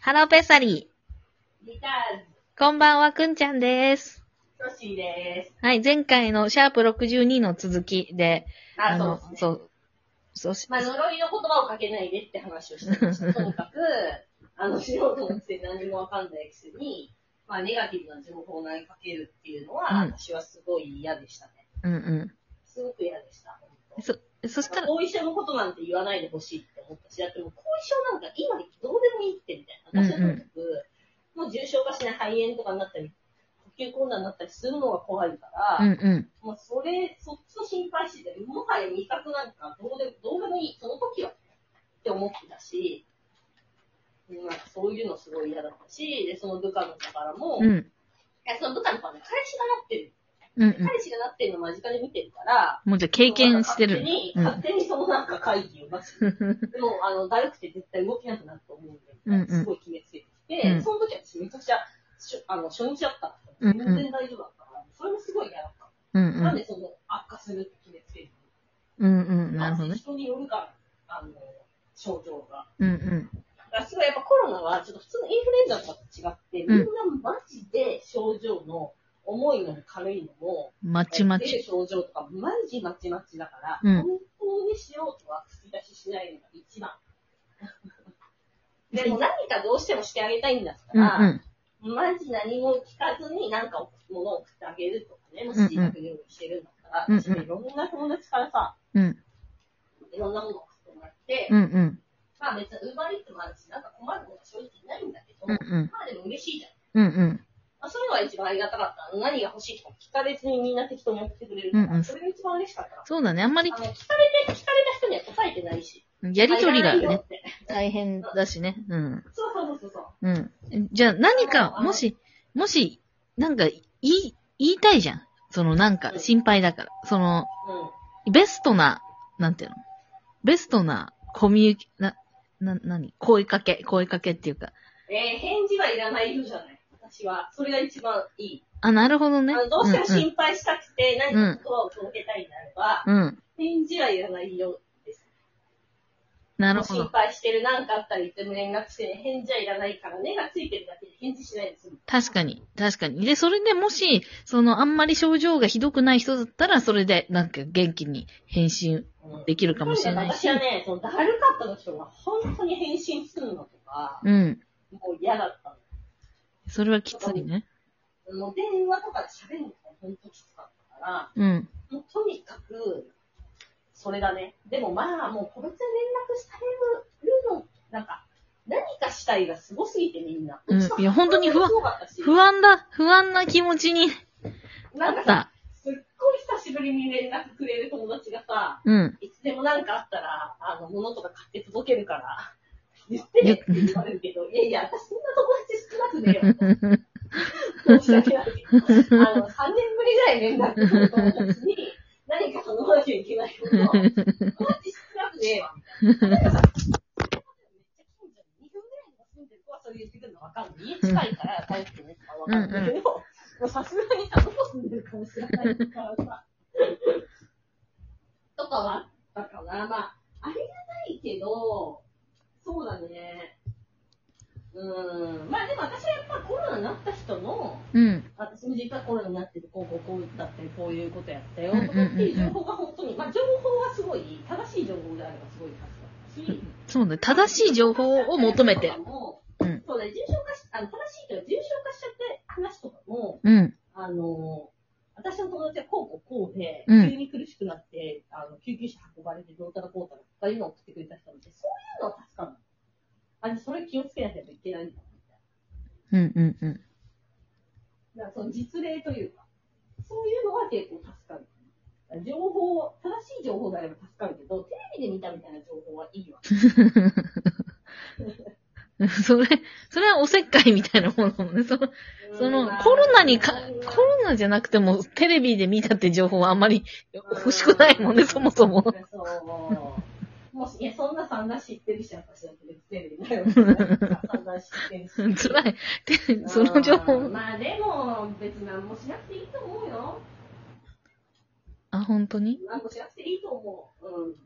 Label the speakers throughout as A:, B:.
A: ハローペッサリ
B: リターンズ、
A: ー。こんばんは、くんちゃんです。
B: トシーです。
A: はい、前回のシャープ62の続きで、
B: あ、そう
A: の
B: です、ね。
A: そう、そうし、
B: まあ、呪いの言葉をかけないでって話 をしてました。とにかく、あの、素人のくせに何もわかんないくせに、まあ、ネガティブな情報を投げかけるっていうのは、
A: うん
B: 私はすごい嫌でしたね。
A: うんう
B: すごく嫌でした。本
A: ん。そ、そ
B: 当
A: したら、
B: 後遺症のことなんて言わないでほしいって思ったし、だってもう後遺症なんか今どうでもいいってみたいな。私はとにかく、もう重症化しない肺炎とかになったり、呼吸困難になったりするのが怖いから、
A: うんうん。
B: もうそれ、そっちの心配してて、もはや味覚なんかどうでも、どうでもいい、その時は、って思ってたし、うんなんかそういうのすごい嫌だったし、で、その部下の子からも、
A: う
B: い
A: ん。
B: や、その部下の子はね、彼氏がなってる。
A: うんうん。
B: 彼氏がなってるの間近で見てるから、
A: もうじゃあ経験して
B: 勝
A: る
B: 手。に、
A: うん
B: 勝手にそのなんか会議を 出す。でも、あの、だるくて絶対動けなくなると思うんで、
A: うんうん
B: すごい決めつけてきて、
A: うん
B: その時は私めちゃくちゃ、しょあの、初日だった
A: うんん
B: で
A: う
B: す
A: ん
B: よ全然大丈夫だったから、それもすごい嫌だった。
A: うん
B: なんでその悪化するって決めつける
A: うん。うんうん。なるほどね。
B: 人によるから、あの、症状が。
A: うんうん。
B: だからすごいやっぱコロナはちょっと普通のインフルエンザとかと違って、
A: うん
B: みんなマジで症状の重いのも軽いのも、
A: まちま
B: 出
A: ち。
B: る症状とかマジまちまちだから、
A: うん
B: 本当にしようとは口出ししないのが一番。 でも何かどうしてもしてあげたいんだった
A: うんう
B: ら、
A: ん。
B: マジ何も聞かずに何か物を送ってあげるとかね、もし
A: うんうん
B: 自宅療養してるんだったら、
A: うんうん
B: 私ねいろんな友達からさ、
A: うん
B: いろんなものを送ってもらって、
A: うんうん。
B: まあ別にウーバーイーツもあるし、なんか困ることは正直ないんだけど、
A: うんうん。
B: まあでも嬉しいじゃん。
A: うんうん。
B: まあ、そういうのが一番ありがたかった。何が欲しいとか聞かれずにみんな適当に送ってくれるから、
A: うんうん
B: それが一番嬉しかったな。
A: そうだね。あんまり
B: あの、聞かれて、聞かれた人には答えてないし。
A: やりとりが
B: あいらない
A: ね
B: よ、って
A: 大変だしね。うん。
B: そうそうそうそう。
A: うん。じゃあ何か、もし、もし、なんか、言い、言いたいじゃん。そのなんか、心配だから。その、
B: うん。
A: ベストな、なんていうのベストな、コミュニ、な、な、なに声かけ、声かけっていうか。
B: えー返事はいらないよじゃない。私は。それが一番いい。
A: あ、なるほどね。
B: あのどうしても心配したくて、何か言葉を届けたいならば、
A: うん、うん。
B: 返事はいらないようです。
A: なるほ
B: 心
A: ど。
B: 配してる何かあったら言っても連絡して、返事はいらないから、根がついてるだけで返事しないです。
A: 確かに、確かに。で、それでもし、その、あんまり症状がひどくない人だったら、それで、なんか、元気に返信
B: うん
A: できるかもしれない
B: 私
A: し。
B: はね、そのだるかったの人が本当に返信するのとか、
A: うん。
B: もう嫌だった
A: それはきついね。
B: の。もう電話とかで喋るのが本当きつかったから、
A: うん。
B: もうとにかく、それだね。でもまあ、もう個別で連絡されるの、なんか、何かしたいがすごすぎてみんな。
A: うん
B: ちはい
A: や本当に不安
B: すごかったし
A: 不安だ、不安な気持ちに
B: な
A: なんっ
B: か
A: た。
B: さ、すっごい久しぶりに連絡くれる友達がさ、
A: うん。
B: いつでもなんかあったら、あの、物とか買って届けるから、言ってねって言われるけど、いやいや、私そんな友達少なくねえよ。申し訳ないけど。あの、3年ぶりぐらい連絡くれる友達に、何か頼まなきゃいけないことを、友達少なくねえわ。みたいなだからさ近所に2分ぐらいの住んでる子はそれ言ってくるのわかんない。家近いから大好きな人はわかんないけど、もうさすがにさ、どこ住んでるかも知らないからさ。とかはあったかな。まあ、あれがないけど、そうだね。うん。まあでも私はやっぱコロナになった人の、
A: うん。
B: 私も実はコロナになってる、こうこうこうだったり、こういうことやったよとかっていう情報が本当に、まあ情報はすごい、正しい情報であればすごい助かったし、
A: そうね。正しい情報を求めて。うん
B: そうだね、重症化し、あの、正しいというか、重症化しちゃって話とかも、
A: うん。
B: あの、私の友達はこうこうこうで、
A: うん
B: 急に苦しくなって、あの、救急車運ばれて、どうたらこうたらとかいうのを送ってくれた人なんで、そういうのは助かるの。あの、それ気をつけなきゃいけないんだなみたい
A: うんうんうん。
B: な。だからその実例というか、そういうのは結構助かる。情報、正しい情報であれば助かるけど、テレビで見たみたいな情報はいいわ。
A: それ、それはおせっかいみたいなものだもんね。その、その、コロナにか、コ
B: うん
A: ロナじゃなくても、テレビで見たって情報はあんまり欲しくないもんね、そもそも。
B: そう。もし、いや、そんな散々知ってるし、私だって別テレビだよ。 散々知ってるし。
A: 辛い。てその情
B: う
A: 報
B: ん。まあでも、別に何もしなくていいと思うよ。
A: あ、本当に
B: 何もしなくていいと思う。うん。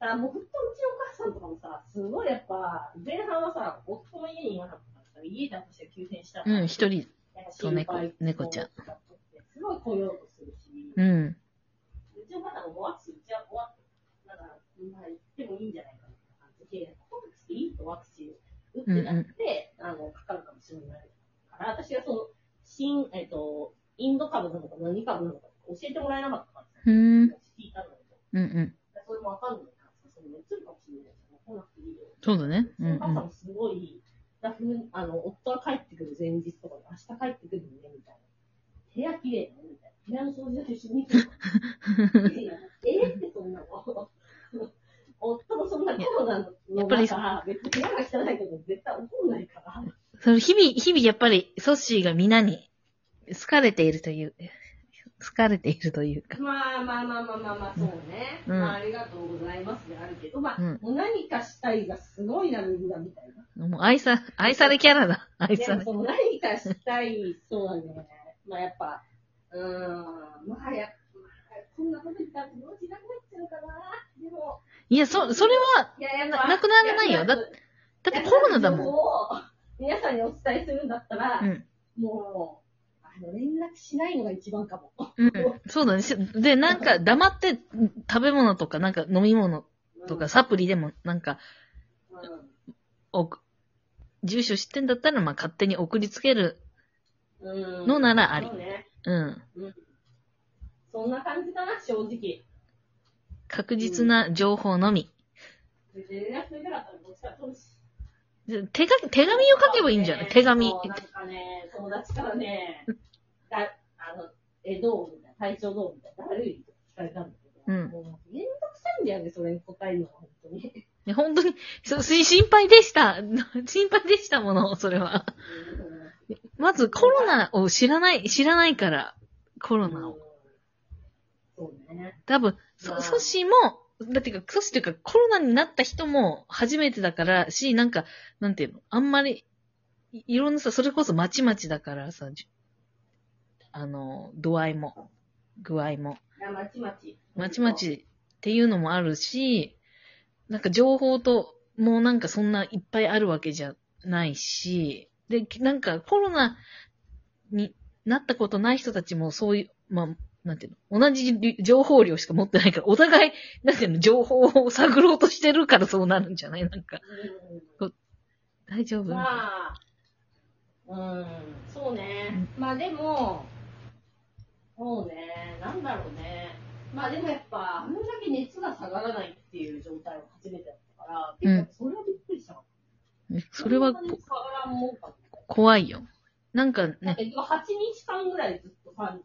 B: あもうほんとうちのお母さんとかもさ、すごいやっぱ、前半はさ、夫の家にいなかったからさ、家で私が急変した
A: うん、
B: 一
A: 一人。そう猫猫ちゃん。
B: すごい来ようとするし、う
A: うん。
B: ちの母さんももわっすうちはもわっなんか、まあ行ってもいいんじゃないかみたいな感じで、コロナしていいとワクチン打ってなくて、あの、かかるかもしれないから、私がその、新、えっ、と、インド株なのか何株なのか教えてもらえなかったからさ、
A: ふーん。うん
B: 聞いたんだけど、
A: うん。
B: それもわかんないからさ、その移るかもしれないから、来なくていいよ。
A: そうだね。
B: そ
A: うんう
B: のお母さん
A: ん。
B: もすごい、ラフあの、夫が帰ってくる前日とかに、明日帰ってくるね、みたいな。部屋綺麗だね、みたいな。部屋の掃除だけ一緒に行くのいやえーってそんなの。夫もそんなコロナ
A: や
B: の
A: っぱり
B: 中、別に部屋が汚いこと絶対怒んないから。
A: その日々、日々やっぱり、ソッシーが皆に好かれているという、好かれているというか。
B: まあまあまあまあまあまあ、そうね。
A: うん
B: まあありがとうございますであるけど、まあ、
A: うん
B: もう何かしたいがすごいな、みんな、みたいな。
A: もう愛さ、愛されキャラだ。愛
B: で
A: さ
B: も
A: れ。
B: その何かしたい、そうだね。まあやっぱ、うーん、まあやっぱ、こんなこと言ったら気持ちなくなっちゃうかな。でも、
A: いや、そ、それは、
B: いや、やっ
A: な
B: ぱ。
A: なくならないよ
B: やっぱ
A: だだってコロナだ
B: やっ
A: も
B: ぱ情報を皆さんにお伝えするんだったら、
A: ん。うん。
B: もう、あの、連絡しないのが一番かも。
A: うん。そうだね。しで、なんか黙って食べ物とか、なんか飲み物とか、サプリでも、なんか、
B: うん、
A: おく住所知ってんだったら、まあ、勝手に送りつける。
B: うん。
A: のならあり
B: そうね。
A: うん。
B: うん。そんな感じかな、正直。
A: 確実な情報のみ。
B: 別に連絡するからこっちから取るし。
A: で手書き手紙を書けばいいんじゃない、手紙。
B: そうなんかね、友達からね、だあの、え、どうみたいな、体調どうみたいな、だるいとか聞かれたんだけど、
A: うん
B: もうめんどくさいんだよね、それに答えるのが、本当に。
A: ね本当に、そす心配でした。 心配でしたもの、それは。まずコロナを知らない、知らないから、コロナ
B: うん
A: を。
B: そうね。
A: 多分、
B: ま
A: そ、
B: あ
A: ソシも、だってか、ソシというか、コロナになった人も初めてだからし、なんか、なんていうの、あんまり、いいろんなさ、それこそまちまちだからさ、じあの、度合いも、具合も。
B: いや、まちまち。
A: まちま。ちっていうのもあるし、なんか情報と、もうなんかそんないっぱいあるわけじゃないし、で、なんかコロナになったことない人たちもそういう、まあ、なんていうの、同じり情報量しか持ってないから、お互い、なんていうの、情報を探ろうとしてるからそうなるんじゃないなんか、大丈
B: うん、
A: 夫
B: まあ、うん、そうね。まあでも、そうね、なんだろうね。まあでもやっぱ、あんだけ熱が下がらないっていう状態は初めてだったから、
A: うん
B: 結構それはびっくりした。
A: ねそれは
B: こんなに下がらんもんかみたい
A: 怖いよ。なんか
B: な。なん
A: ね、
B: か今8日間ぐらいずっと30。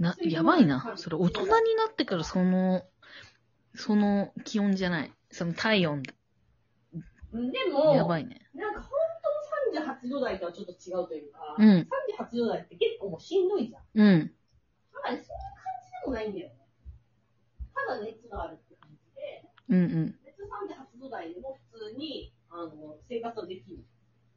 A: な、やばいな。それ大人になってからその、その気温じゃない。その体温
B: で
A: や
B: も、
A: ばいね。
B: なんか本当の38度台とはちょっと違うというか、
A: うん
B: 38度台って結構もうしんどいじゃん。
A: うん。
B: なんかね、そういう感じでもないんだよね。ただ熱があるって感じで、
A: うんうん。
B: 熱38度台でも普通に、あの、生活はできる。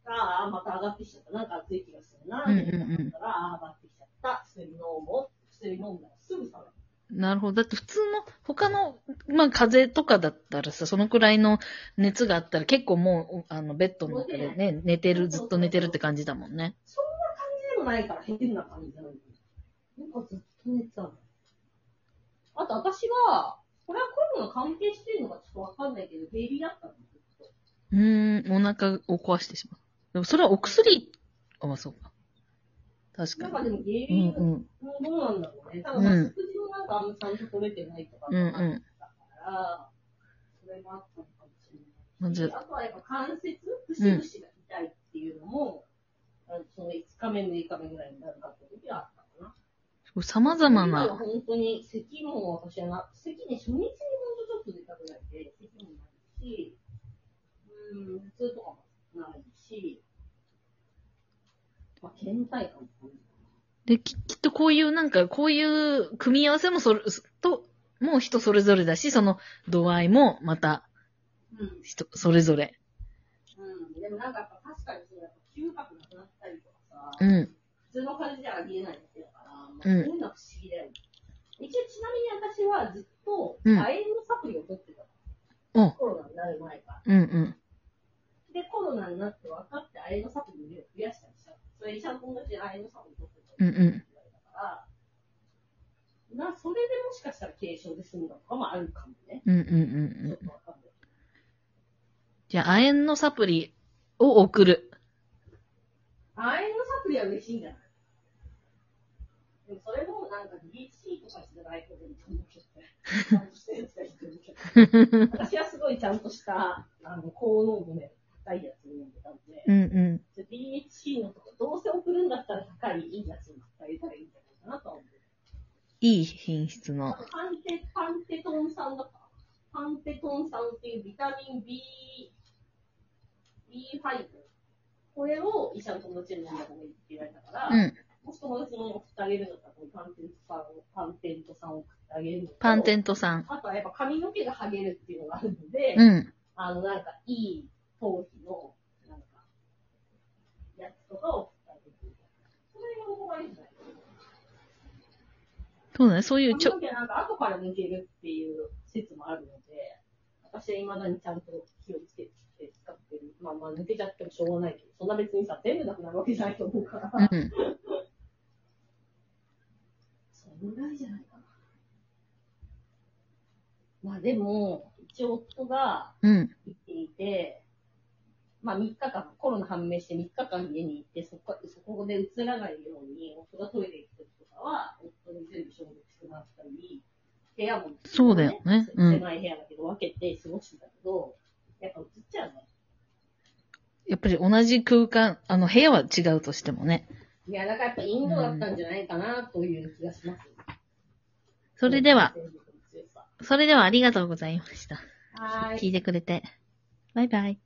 B: ああ、また上がってきちゃった。なんか暑い気がするな。
A: うんうんうん
B: みたいなのがあったら、ああ、上がってきちゃった。薬飲もう。薬飲んだらすぐ下がる。
A: なるほど。だって普通の、他の、まあ風邪とかだったらさ、そのくらいの熱があったら結構もう、あの、ベッドの中でね、寝てる、ずっと寝てるって感じだもんね。
B: そんな感じでもないから変な感じなのに。なんかずっと寝てたの。あと私は、これはコロナ関係してるのかちょっとわかんないけど、下痢だったの。ずっと
A: うーん、お腹を壊してしまう。でもそれはお薬、あ、まあそうか。
B: な
A: 確
B: ん
A: か
B: かでも下
A: に。
B: 痢
A: うんうん。
B: もどうなんだろうね。多
A: う
B: 分、
A: ん
B: まあ食事もなんかあんまちゃんと取れてないとか
A: う
B: もあ
A: ん
B: ったから、
A: う
B: それもあったのかもしれない。
A: ん。まず、
B: あとはやっぱ関節、節々が痛いっていうのも、あのその5日目、6日目ぐらいになるかって時はあったかな。
A: 様々
B: 今は
A: な、
B: 本当に咳も私はな、咳ね、初日に本当ちょっと出たぐらいで、咳もないし、うーん、頭痛とかもないし、まあ、倦怠感もない
A: で、ききっとこういう、なんか、こういう組み合わせもそれ、と、もう人それぞれだし、その度合いもまた
B: うん、
A: 人、それぞれ。
B: うん、でもなんかやっぱ確かにそうやっぱ嗅覚なくなったりとかさ、
A: うん。
B: 普通の感じではありえないわけだから、まあ、そう
A: うん
B: いうのは不思議だよね。一応ちなみに私はずっと、
A: う
B: 亜
A: ん
B: 鉛のサプリを取ってたの。
A: お
B: コロナになる前から。
A: うんうん。
B: で、コロナになって分かって、アイドサプリの量を増やしたりした。それ、ちゃんと同じアイドサプリ取ってた
A: うんうん
B: から、な、それでもしかしたら軽症で済んだとかもあるかもね。
A: うんうんうんう
B: ちょっ
A: ん。
B: とわかんない。
A: じゃあ、亜鉛のサプリを送る。
B: アイドサプリは嬉しいんじゃないでもそれもなんか DC とかじゃないといいと思うけどね。ちゃんとしたやつがいいと思うけど私はすごいちゃんとした、あの、高濃度で高いやつを飲んでたんで。
A: うんう
B: DHC のとこ、どうせ送るんだったら高い、いいやつを伝えたらいいんじゃないかなとは思う。
A: ん。いい品質
B: あ
A: の。
B: と、パンテ、パンテトン酸だから、パンテトン酸っていうビタミン B、B5。これを医者の友達に飲んだ方がいいって言われたから、
A: うん。
B: もし友達に送ってあげるんだったら、このパンテント酸を、パンテント酸を送ってあげるのと
A: パンテントさん。
B: あとはやっぱ髪の毛が剥げるっていうのがあるので、
A: うん。
B: あの、なんか、いい頭皮の、なんか、やつとかを使ってくれる。それが怖いんじゃない
A: そうだね。そういう
B: 髪
A: ちょ、
B: の毛なんか後から抜けるっていう説もあるので、私は未だにちゃんと気をつけて使ってる。まあまあ、抜けちゃってもしょうがないけど、そんな別にさ、全部なくなるわけじゃないと思うから、
A: うん。
B: そのぐらいじゃないかな。まあでも、一応夫が、
A: うん。
B: 行っていて、まあ3日間、コロナ判明して3日間家に行って、そこそこでうつらないように、夫がトイレ行くときとかは、夫に全部消毒してもらったり、部屋も、
A: そうだよねうん
B: 狭い部屋だけど分けて過ごしてたけど、やっぱうつっちゃうね。
A: やっぱり同じ空間、あの、部屋は違うとしてもね。
B: いや、だからやっぱインドだったんじゃないかな、という気がします。
A: それでは、
B: 全力の強さ
A: それではありがとうございました。
B: はーい。
A: 聞いてくれて。バイバイ。